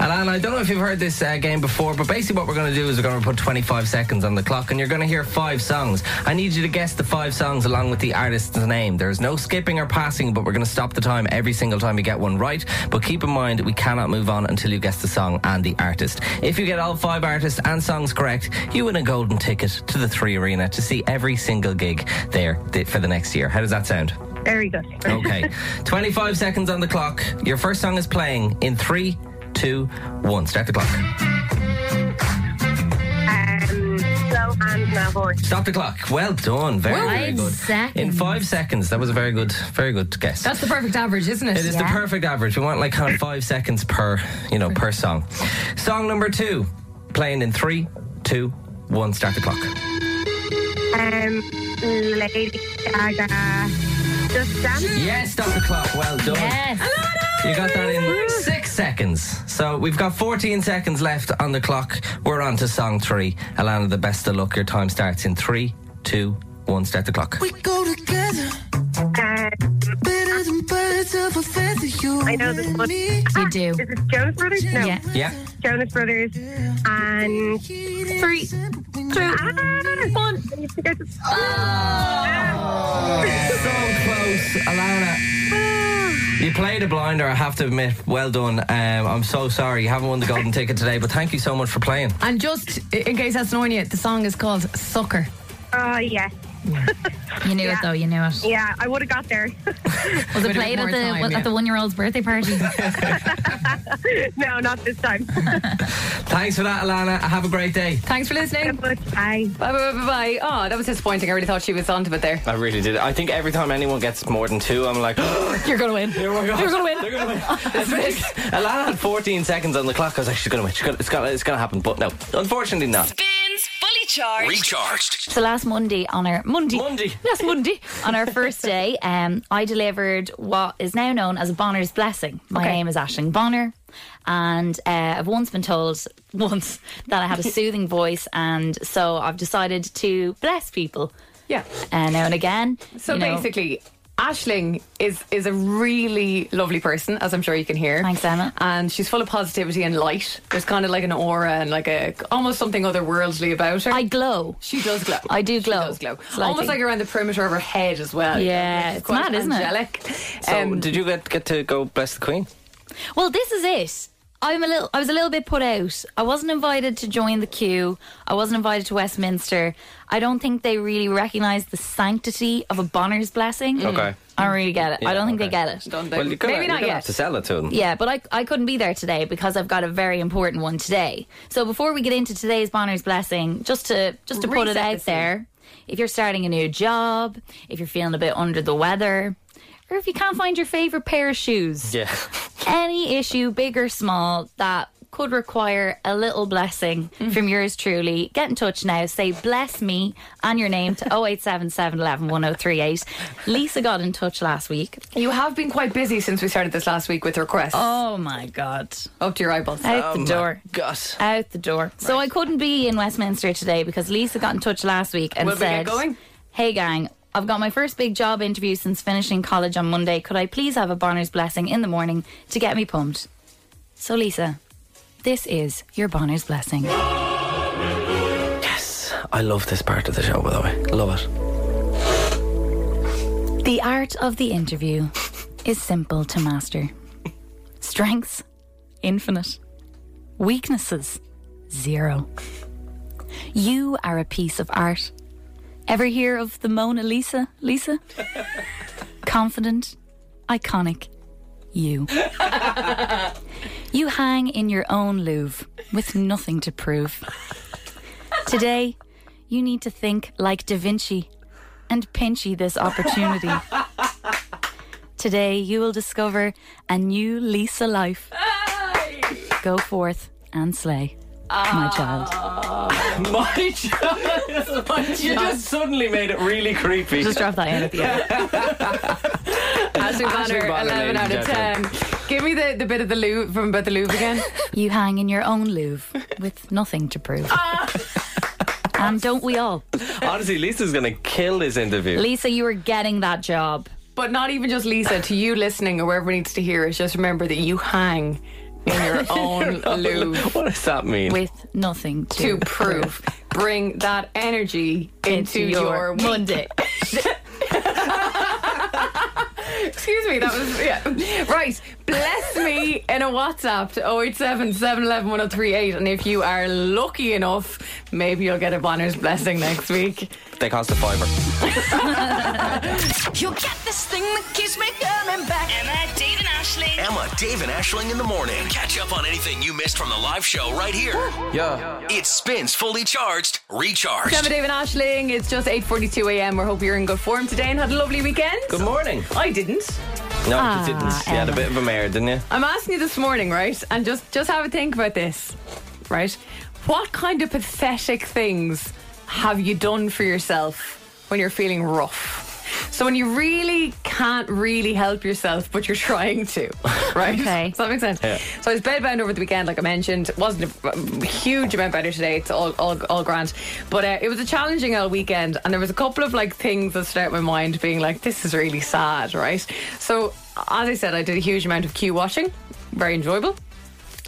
Alana, I don't know if you've heard this uh, game before, but basically what we're going to do is we're going to put 25 seconds on the clock and you're going to hear five songs. I need you to guess the five songs along with the artist's name. There's no skipping or passing, but we're going to stop the time every single time you get one right. But keep in mind, we cannot move on until you guess the song and the artist. If you get all five artists and songs correct, you win a golden ticket to the Three Arena to see every single gig there th- for the next year. How does that sound? Very good. Okay. 25 seconds on the clock. Your first song is playing in three, two, one. Start the clock. Um, slow and now horse. Stop the clock. Well done. Very, very Five good. seconds. In five seconds. That was a very good, very good guess. That's the perfect average, isn't it? it is the perfect average. We want like kind of five seconds per, you know, per song. Song number two, playing in three, two, one. Start the clock. Um, Lady Gaga. Just dance. Yes, stop the clock. Well done. Yes. You got that in six seconds. So we've got 14 seconds left on the clock. We're on to song three. Alana, the best of luck. Your time starts in three, two, one. Start the clock. Uh, I know this one. You do. Is it Jonas Brothers? No. Yeah. Yeah. Jonas Brothers and Three, two, ah, one. I used to go to- So close, Alana. You played a blinder, I have to admit. Well done. Um, I'm so sorry. You haven't won the golden ticket today, but thank you so much for playing. And just i- in case that's annoying you, the song is called Sucker. Oh, yes. You knew it though. You knew it. Yeah, I would have got there. [LAUGHS] Was Would've it played more at the time, what- yeah. at the one year old's [LAUGHS] birthday party? [LAUGHS] no, not this time. Thanks for that, Alana. Have a great day. Thanks for listening. Bye. Bye, bye, bye, bye. Oh, that was disappointing. I really thought she was onto it there. I really did. I think every time anyone gets more than two, I'm like, [GASPS] You're going to win. You're going to win. They're going to win. Alana had 14 seconds on the clock. I was like, she's going to win. She's gonna, it's going to it's gonna happen. But no, unfortunately not. Spins fully charged. Recharged. So last Monday on our Monday, Monday, [LAUGHS] last Monday on our first day, um, I delivered what is now known as a Bonner's blessing. My Okay. name is Ashling Bonner, and uh, I've once been told [LAUGHS] once that [LAUGHS] I had a soothing voice, and so I've decided to bless people. [LAUGHS] Yeah. Uh, now and again. So you know. basically, Ashling is is a really lovely person, as I'm sure you can hear. Thanks, Emma. And she's full of positivity and light. There's kind of like an aura and like a almost something otherworldly about her. I glow. She does glow. I do glow. She does glow. Slightly. Almost like around the perimeter of her head as well. Yeah, it's mad, isn't it? it? So, did you get, get to go bless the Queen? Well, this is it. I'm a little. I was a little bit put out. I wasn't invited to join the queue. I wasn't invited to Westminster. I don't think they really recognise the sanctity of a Bonner's blessing. Okay. I don't really get it. I don't think they get it. Um, Well, you're gonna, you're gonna have to sell it to them. Yeah, but I, I couldn't be there today because I've got a very important one today. So before we get into today's Bonner's blessing, just to just to put it Reset out there, if you're starting a new job, if you're feeling a bit under the weather, or if you can't find your favorite pair of shoes, Yeah. [LAUGHS] any issue, big or small, that could require a little blessing from yours truly, get in touch now. Say bless me and your name [LAUGHS] to 0877111038. Lisa got in touch last week. You have been quite busy since we started this last week with requests. Oh my god. Up to your eyeballs. Out Um, the door. God. Out the door. So I couldn't be in Westminster today because Lisa got in touch last week and Will we said, get going? Hey, gang. I've got my first big job interview since finishing college on Monday. Could I please have a Bonner's blessing in the morning to get me pumped? So, Lisa, this is your Bonner's blessing. Yes. I love this part of the show, by the way. Love it. The art of the interview is simple to master. Strengths, infinite. Weaknesses, zero. You are a piece of art. Ever hear of the Mona Lisa, Lisa? Confident, iconic, you. You hang in your own Louvre with nothing to prove. Today, you need to think like Da Vinci and Pinchy this opportunity. Today, you will discover a new Lisa life. Go forth and slay, my child. My child. You just suddenly made it really creepy. Just drop that in [LAUGHS] at the end. Ashley Banner, Ashley Banner, 11 out of ladies and 10. Give me the, the bit of the Louvre from about the Louvre [LAUGHS] again. You hang in your own Louvre with nothing to prove. and don't we all? Honestly, Lisa's going to kill this interview. Lisa, you were getting that job. But not even just Lisa, to you listening or whoever needs to hear it, just remember that you hang [LAUGHS] in your own Louvre What does that mean? with nothing to prove. Bring that energy into, your, week. Monday. Excuse me, that was yeah. Right. Bless me in a WhatsApp to 087 711 1038. And if you are lucky enough, maybe you'll get a Bonner's blessing next week. They cost a fiver. You'll get this thing that keeps me coming back. Emma, Dave, and Ashley. Emma, Dave, and Ashling in the morning. Catch up on anything you missed from the live show right [GASPS] here. Yeah. It spins fully charged, recharged. Gemma David Ashling, it's just 8.42 a.m. We hope you're in good form today and had a lovely weekend. Good morning. I didn't. No, Ah, you didn't. You had a Emma. bit of a mare, didn't you? I'm asking you this morning, right? And just just have a think about this, right? What kind of pathetic things have you done for yourself when you're feeling rough? So when you really can't really help yourself, but you're [LAUGHS] trying to, right? Okay. Does that make sense? Yeah. So I was bedbound over the weekend, like I mentioned. wasn't a um, huge amount better today. It's all all, all grand, but uh, it was a challenging old weekend, and there was a couple of like things that stood out in my mind, being like, "This is really sad," right? So as I said, I did a huge amount of queue watching, very enjoyable.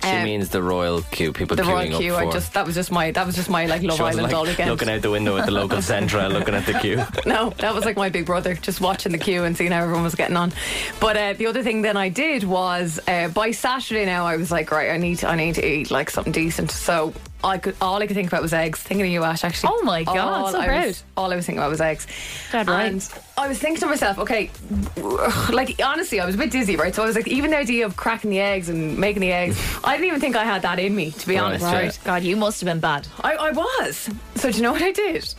She Um, means the royal queue. People the queuing royal queue. up for. I just that was just my that was just my like Love she wasn't Island like all weekend. looking out the window at the local [LAUGHS] centre, looking at the queue. [LAUGHS] no, that was like my big brother, just watching the queue and seeing how everyone was getting on. But uh, the other thing then I did was uh, by Saturday now I was like, right, I need to, I need to eat like something decent. So I could all I could think about was eggs. Thinking of you, Ash, actually. Oh my God, so I proud. Was, all I was thinking about was eggs. Dead right. And I was thinking to myself, okay, [SIGHS] like honestly, I was a bit dizzy, right? So I was like, even the idea of cracking the eggs and making the eggs, I didn't even think I had that in me, to be Right, honest. yeah. Right? [LAUGHS] God, you must have been bad. I, I was. So do you know what I did?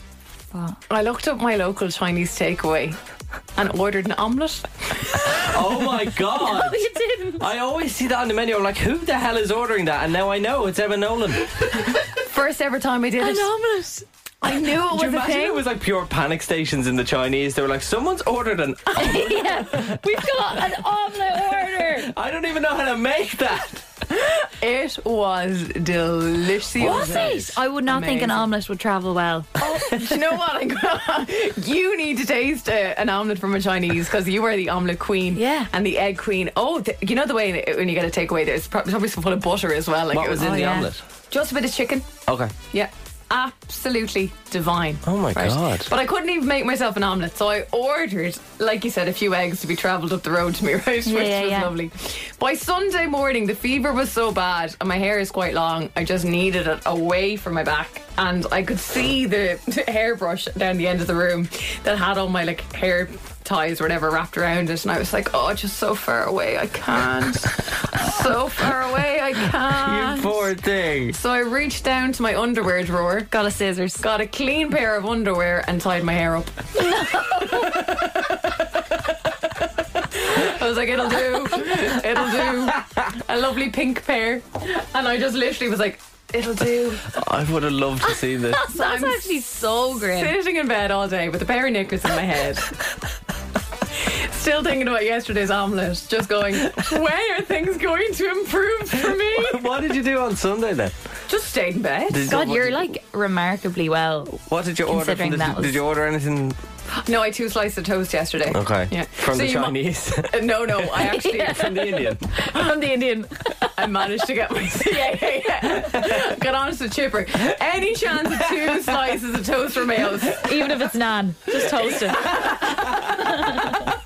I looked up my local Chinese takeaway and ordered an omelette. Oh my god! No, you didn't. I always see that on the menu. I'm like, who the hell is ordering that? And now I know it's Emma Nolan. First ever time [LAUGHS] I did it. omelette. I knew it was Do you a imagine thing. it was like pure panic stations in the Chinese? They were like, someone's ordered an. [LAUGHS] yeah, we've got an omelette order. I don't even know how to make that. It was delicious. Was it? I would not think an Amazing. omelette would travel well. Do you know what? I'm gonna- [LAUGHS] you need to taste uh, an omelette from a Chinese because you were the omelette queen. Yeah. And the egg queen. Oh, th- you know the way it- when you get a takeaway, there's prob- probably some full of butter as well. Like What it was Oh, in the omelette? Just a bit of chicken. Okay. Yeah. Absolutely divine. Oh my god. But I couldn't even make myself an omelette, so I ordered, like you said, a few eggs to be travelled up the road to me, [LAUGHS] right? Which Yeah, yeah, was yeah. lovely. By Sunday morning, the fever was so bad, and my hair is quite long. I just needed it away from my back, and I could see the hairbrush down the end of the room that had all my like hair ties or whatever wrapped around it, and I was like, oh, it's just so far away, I [LAUGHS] can't. so far away, I can't. You poor thing. So I reached down to my underwear drawer, got a scissors, got a clean pair of underwear, and tied my hair up. I was like, it'll do, it'll do. A lovely pink pair, and I just literally was like, it'll do. I would have loved to see [LAUGHS] this. That's I'm actually so grim. Sitting in bed all day with a pair of knickers in my head. Still thinking about yesterday's omelette, just going, when are things going to improve for me? what did you do on Sunday then? Just stayed in bed. Did- God, what you're did- like remarkably well. What did you order? From Considering the, that was- Did you order anything? No, I two slices of toast yesterday. Okay. Yeah. From So the you mu- [LAUGHS] Chinese. Uh, no, no, I actually from the Indian. I'm the Indian. I managed to get my yeah, yeah, yeah. Got honest with Chipper. Any chance of two slices of toast or mayo? [LAUGHS] Even if it's naan, just toast [LAUGHS] it.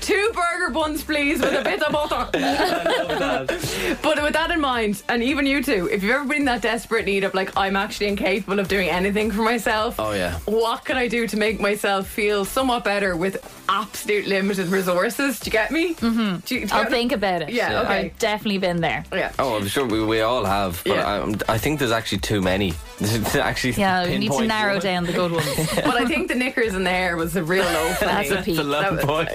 Two burger buns, please, with a bit of butter. Oh, But with that in mind, and even you two, if you've ever been in that desperate need of like, I'm actually incapable of doing anything for myself. Oh, yeah. What can I do to make myself feel somewhat better with absolute limited resources? Do you get me? Mm-hmm. Do you, do you I'll get what- think about it. Yeah, okay. I've definitely been there. Yeah. Oh, I'm sure we, we all have, but Yeah. I'm- I, think there's actually too many. [LAUGHS] To actually, Yeah, we need to pinpoint narrow one. down the [LAUGHS] good ones. But I think the knickers in the hair was the real low for That's me. a peak. The low That point.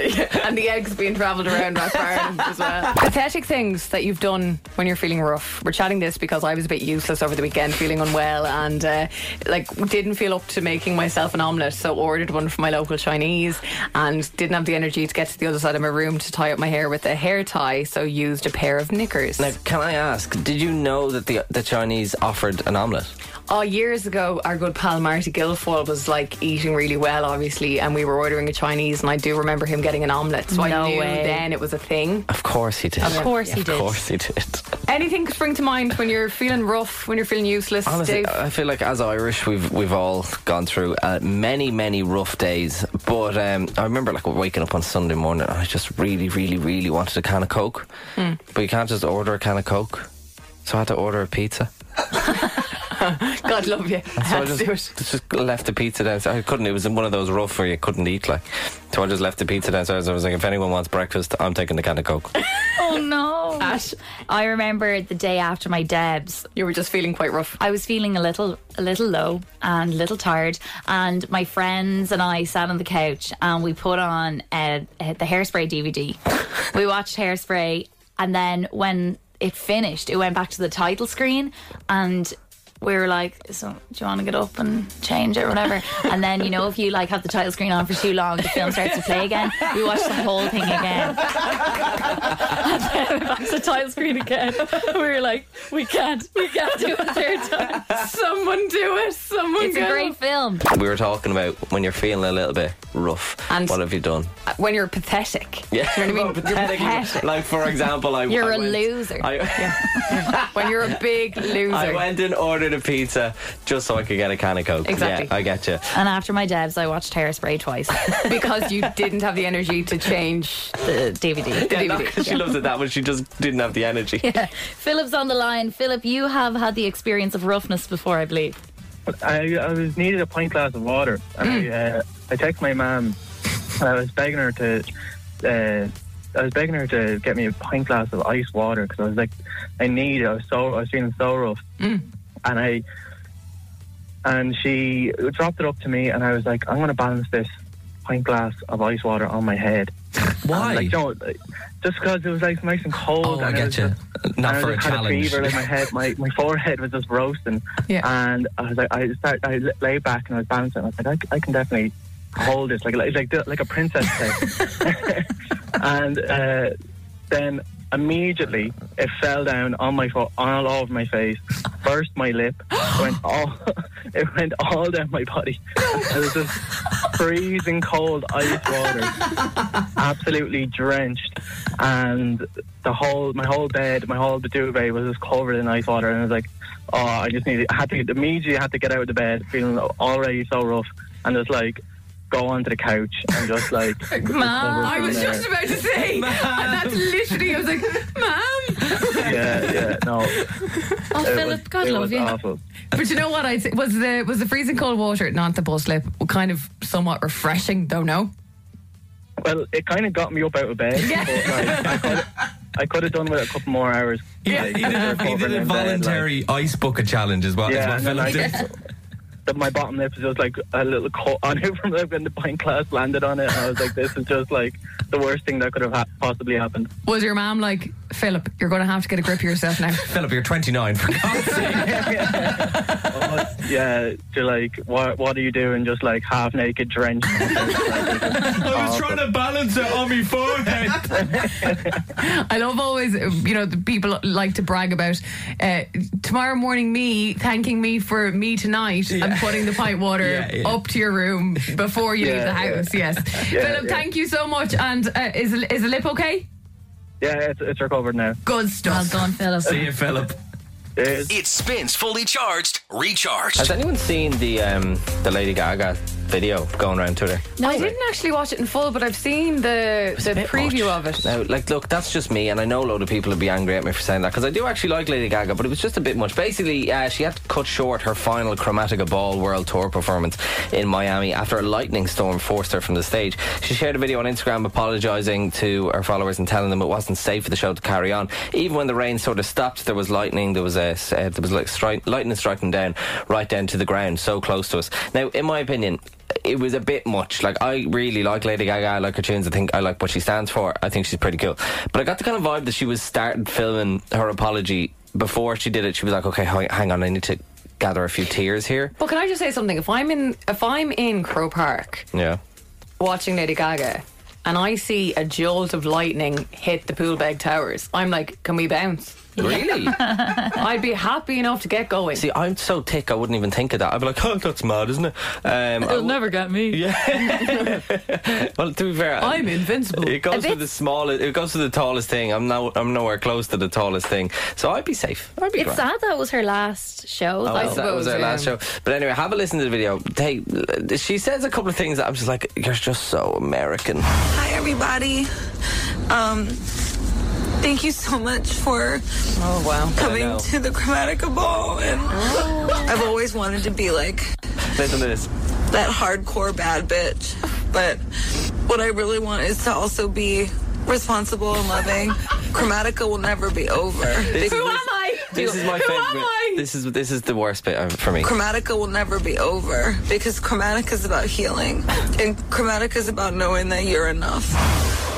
and the eggs being travelled around back Ireland as well. Pathetic things that you've done when you're feeling rough. We're chatting this because I was a bit useless over the weekend, feeling unwell, and uh, like didn't feel up to making myself an omelette, so ordered one from my local Chinese, and didn't have the energy to get to the other side of my room to tie up my hair with a hair tie, so used a pair of knickers. Now, can I ask? Did you know that the the Chinese offered an omelette? Oh, years ago, our good pal Marty Guilfoyle was like eating really well, obviously, and we were ordering a Chinese, and I do remember him getting an omelette. So No I knew way. then it was a thing. Of course he did. Of course he Of did. course he did. Anything spring to mind when you're feeling rough, when you're feeling useless, Honestly, uh, Dave? I feel like as Irish, we've we've all gone through uh, many many rough days. But um, I remember like waking up on Sunday morning, and I just really, really, really wanted a can of Coke, Hmm. but you can't just order a can of Coke, so I had to order a pizza. God love you. So I just, just left the pizza downstairs. I couldn't. It was in one of those rough where you couldn't eat. Like, so I just left the pizza downstairs. I was like, if anyone wants breakfast, I'm taking the can of Coke. Oh no. Ash, I remember the day after my Debs, [LAUGHS] you were just feeling quite rough. I was feeling a little a little low and a little tired, and my friends and I sat on the couch and we put on uh, uh, the Hairspray DVD. we watched Hairspray, and then when it finished, it went back to the title screen, and we were like, so, do you want to get up and change it or whatever? And then, you know, if you like have the title screen on for too long, the film starts to play again. We watched the whole thing again. [LAUGHS] and then we went back to the title screen again. We were like, we can't, we can't do a third time. Someone do it. Someone It's go. a great film. We were talking about when you're feeling a little bit rough. And- what have you done? When you're pathetic. [LAUGHS] Yeah, You know what I mean? You're pathetic. Like for [LAUGHS] example, I You're I a went- loser. I, when [LAUGHS] you're a big loser. I went and ordered a pizza just so I could get a can of coke. Exactly. Yeah, I get you. And after my debs, I watched Hairspray twice. [LAUGHS] because you didn't have the energy to change the DVD. The Yeah, not 'cause DVD. [LAUGHS] she loves it that much. She just didn't have the energy. Philip's on the line. Philip, you have had the experience of roughness before, I believe. I, I was needed a pint glass of water, and Mm. I, uh, I texted my mum. and I was begging her to, uh, I was begging her to get me a pint glass of ice water because I was like, I need it. I was so I was feeling so rough, Mm. and I, and she dropped it up to me, and I was like, I'm going to balance this pint glass of ice water on my head. Why? Like, you know, like, just because it was like nice and cold. Oh, I and it was get you. Not and for I a just had challenge. a fever. Like my head, my, my forehead was just roasting. Yeah. And I was like, I start, I l- lay back and I was balancing. I was like, I, I can definitely hold this, like like like, the- like a princess thing. and uh, then immediately it fell down on my fo- all over my face, burst my lip, went all, [LAUGHS] it went all down my body. It was just freezing cold ice water absolutely drenched, and the whole my whole bed, my whole duvet was just covered in ice water, and I was like, oh, I just needed. I had to immediately had to get out of the bed, feeling already so rough, and just like go onto the couch and [LAUGHS] just like. recover I from was there. just about to say. And that's literally, I was like, Mom. Yeah, yeah, no. Oh, It Philip, was- God it love was you. Awful. But you know what? I would say was the was the freezing cold water, not the bull slip, kind of somewhat refreshing, though. No, Well, it kind of got me up out of bed, but like, I could I could have done with a couple more hours. Yeah, like, he did, a, he recovering did a in bed, like- voluntary ice bucket challenge as well. Yeah, as and well then [LAUGHS] I Philip did. just, that my bottom lip was just like a little cut on it [LAUGHS] from when the pint class landed on it. And I was like, this is just like the worst thing that could have ha- possibly [LAUGHS] happened. [LAUGHS] was your mom like Philip? You're going to have to get a grip of yourself now. Philip, you're [LAUGHS] 29. For God's But, yeah, to like, what, what are you doing? Just like half [LAUGHS] naked, drenched. I was trying to balance it on my forehead. I love always, uh, you know, the people like to brag about uh, tomorrow morning me thanking me for me tonight. I'm putting the pint water [LAUGHS] Yeah, yeah. up to your room before you leave Yeah, the house. Yes, [LAUGHS] Yeah, Philip, yeah. thank you so much. And uh, is is the lip okay? Yeah, it's, it's recovered now. Good stuff. Well done, Philip. See you, Philip. It spins fully charged, recharged. Has anyone seen the um, the Lady Gaga video going around Twitter? No, I didn't actually watch it in full, but I've seen the the preview of it. Now, like, look, that's just me, and I know a load of people would be angry at me for saying that because I do actually like Lady Gaga, but it was just a bit much. Basically, uh, she had to cut short her final Chromatica Ball World Tour performance in Miami after a lightning storm forced her from the stage. She shared a video on Instagram apologising to her followers and telling them it wasn't safe for the show to carry on. Even when the rain sort of stopped, there was lightning. There was a uh, there was like stri- lightning striking down right down to the ground, so close to us. Now, in my opinion, it was a bit much. Like I really like Lady Gaga. I like her tunes. I think I like what she stands for. I think she's pretty cool. But I got the kind of vibe that she was started filming her apology before she did it. She was like, okay, hi- hang on, I need to gather a few tears here. But can I just say something? If I'm in if I'm in Crow Park Yeah. watching Lady Gaga and I see a jolt of lightning hit the pool bag towers, I'm like, can we bounce? Really? I'd be happy enough to get going. See, I'm so thick, I wouldn't even think of that. I'd be like, oh, that's mad, isn't it? Um, I- It'll never get me. well, to be fair, I- I'm invincible. It goes to the smallest. It goes to the tallest thing. I'm now. I'm nowhere close to the tallest thing. So I'd be safe. I'd be It's grand. sad that was her last show. Oh, though. well, that was our last show. But anyway, have a listen to the video. Take, she says a couple of things that I'm just like, you're just so American. Hi, everybody. Um, thank you so much for oh, wow. I know. coming to the Chromatica Ball. And I've always wanted to be like Listen to this. that hardcore bad bitch. But what I really want is to also be responsible and loving. Chromatica will never be over. This Because- is- This is my favorite. This is this is the worst bit of- for me. Chromatica will never be over because Chromatica is about healing and Chromatica is about knowing that you're enough.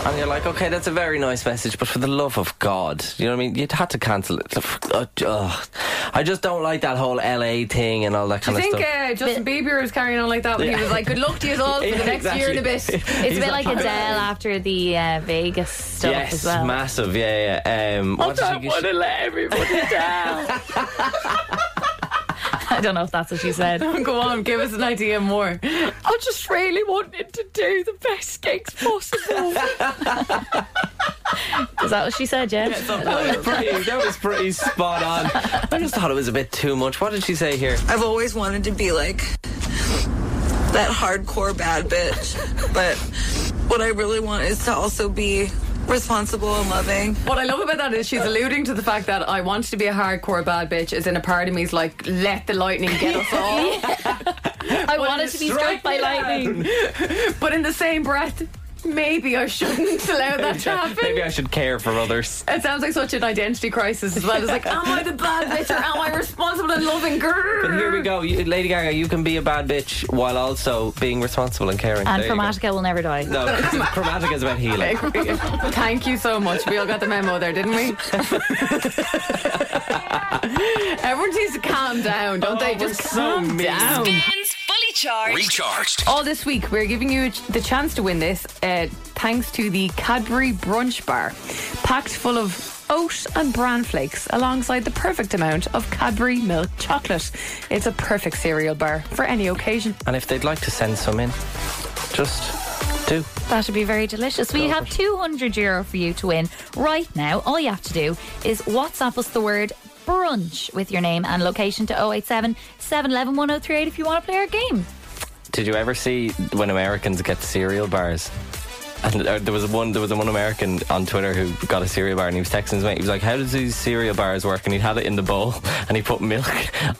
And you're like, okay, that's a very nice message, but for the love of God, you know what I mean? You'd had to cancel it. Ugh, ugh. I just don't like that whole LA thing and all that Do kind you of think stuff. uh, Justin Bieber was carrying on like that when Yeah. he was like, "Good luck to you all for the Yeah, next year and a bit"? exactly. It's a bit like Adele after the uh, Vegas stuff yes, as well. massive. Yeah, yeah. Um, what did you- you should- let everybody down. [LAUGHS] I don't know if that's what she said. [LAUGHS] Go on, give us an idea more. I just really wanted to do the best gigs possible. [LAUGHS] Is that what she said, yeah? [LAUGHS] That was pretty. That was pretty spot on. I just thought it was a bit too much. What did she say here? I've always wanted to be like that hardcore bad bitch, but what I really want is to also be responsible and loving. What I love about that is she's alluding to the fact that I want to be a hardcore bad bitch. Is in a part of me's like, let the lightning get [LAUGHS] us all. I wanted to be struck by lightning. but in the same breath, maybe I shouldn't [LAUGHS] allow that to happen. Maybe I should care for others. It sounds like such an identity crisis as well. It's like, am I the bad bitch or am I responsible and loving girl? But here we go, you, Lady Gaga. You can be a bad bitch while also being responsible and caring. And There you go. Chromatica will never die. No, [LAUGHS] chromatic is about [LAUGHS] healing. Thank you so much. We all got the memo there, didn't we? [LAUGHS] Everyone needs to calm down, don't they? Just calm down. Spins fully charged. Recharged. All this week, we're giving you the chance to win this uh, thanks to the Cadbury Brunch Bar, packed full of oat and bran flakes alongside the perfect amount of Cadbury milk chocolate. It's a perfect cereal bar for any occasion. And if they'd like to send some in, just do. That would be very delicious. We have 200 euro for you to win right now. All you have to do is WhatsApp us the word brunch with your name and location to 087 711 1038 if you want to play our game. Did you ever see when Americans get cereal bars? And uh, there was one, there was one American on Twitter who got a cereal bar, and he was texting his mate. He was like, "How does these cereal bars work?" And he had it in the bowl, [LAUGHS] and he put milk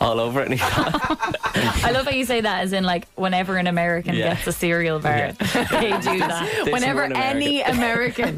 [LAUGHS] all over it. And he thought, I love how you say that as in like whenever an American Yeah. gets a cereal bar, [LAUGHS] they do that. This Whenever one American. [LAUGHS] any American.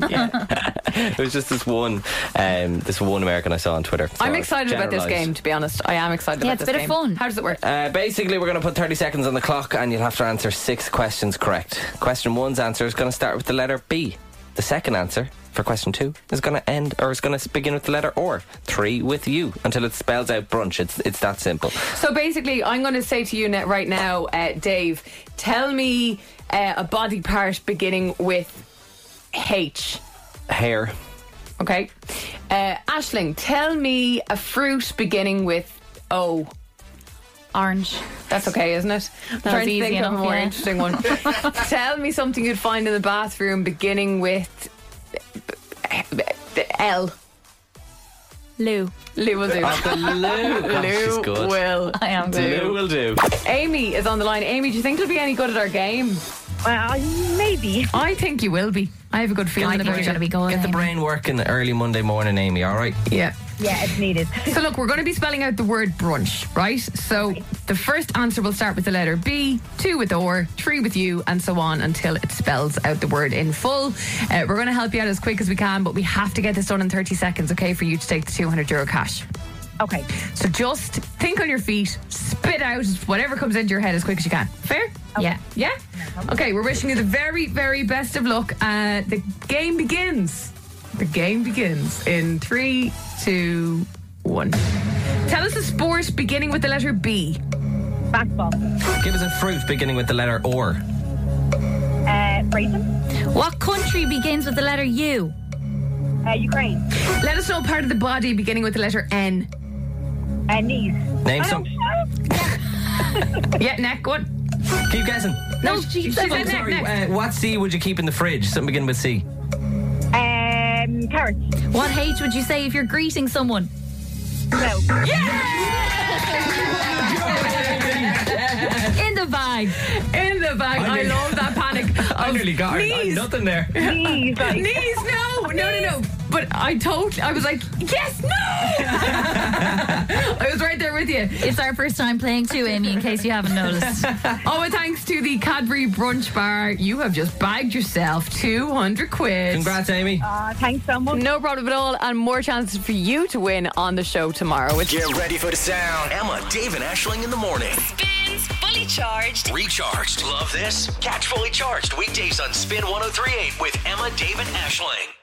it was just this one, um, this one American I saw on Twitter. So I'm I excited about this generalised. game, to be honest. I am excited Yeah, about it's a this bit of game. fun. How does it work? Uh, basically, we're going to put 30 seconds on the clock and you'll have to answer six questions correct. Question one's answer is going to start with the letter B. The second answer for question two is going to end or is going to begin with the letter or. Three with you until it spells out brunch. It's, it's that simple. So basically, I'm going to say to you net right now, uh, Dave, tell me uh, a body part beginning with H. Hair, Okay. Uh, Ashling, tell me a fruit beginning with O. Orange. That's okay, isn't it? I'm That was trying to easy think of a enough, more yeah. interesting one. [LAUGHS] tell me something you'd find in the bathroom beginning with L. Lou. Lou will do. Oh, [LAUGHS] the Lou. Gosh, she's good. will. I am do. Lou will do. Amy is on the line. Amy, do you think it'll be any good at our game? Well, maybe. I think you will be. I have a good feeling about it. Get the brain working early Monday morning, Amy, all right? Yeah. Yeah, it's needed. So look, we're going to be spelling out the word brunch, right? So the first answer will start with the letter B, two with or, three with you, and so on until it spells out the word in full. Uh, we're going to help you out as quick as we can, but we have to get this done in 30 seconds, okay, for you to take the 200 euro cash. Okay. So just think on your feet, spit out whatever comes into your head as quick as you can. Fair? Yeah. Yeah? Okay, we're wishing you the very, very best of luck. Uh, the game begins. The game begins in three, two, one. Tell us a sport beginning with the letter B. Basketball. Give us a fruit beginning with the letter or. Uh, Rachel. What country begins with the letter U? Uh, Ukraine. Let us know part of the body beginning with the letter N. Uh, knees. Name I some. don't know. Yeah, neck, what? Keep guessing. No, she, she said I'm neck, sorry. neck. Uh, what C would you keep in the fridge? Something beginning with C. Um, carrots. What H would you say if you're greeting someone? No. In the bag. In the bag. I I, nearly- love that panic. [LAUGHS] I nearly got knees. her. Nothing there. Knees. Like, Knees, no, no, no, no. But I totally, I was like, yes, [LAUGHS] no. I was right there with you. It's our first time playing too, Amy, in case you haven't noticed. Oh, and thanks to the Cadbury Brunch Bar, you have just bagged yourself 200 quid. Congrats, Amy. uh, thanks so much. No problem at all, and more chances for you to win on the show tomorrow. It's Get ready for the sound. Emma, Dave, and Ashling in the morning. Spins fully Fully charged. oh Recharged. Love this? Catch Fully Charged weekdays on Spin 1038 with Emma, David, Ashling.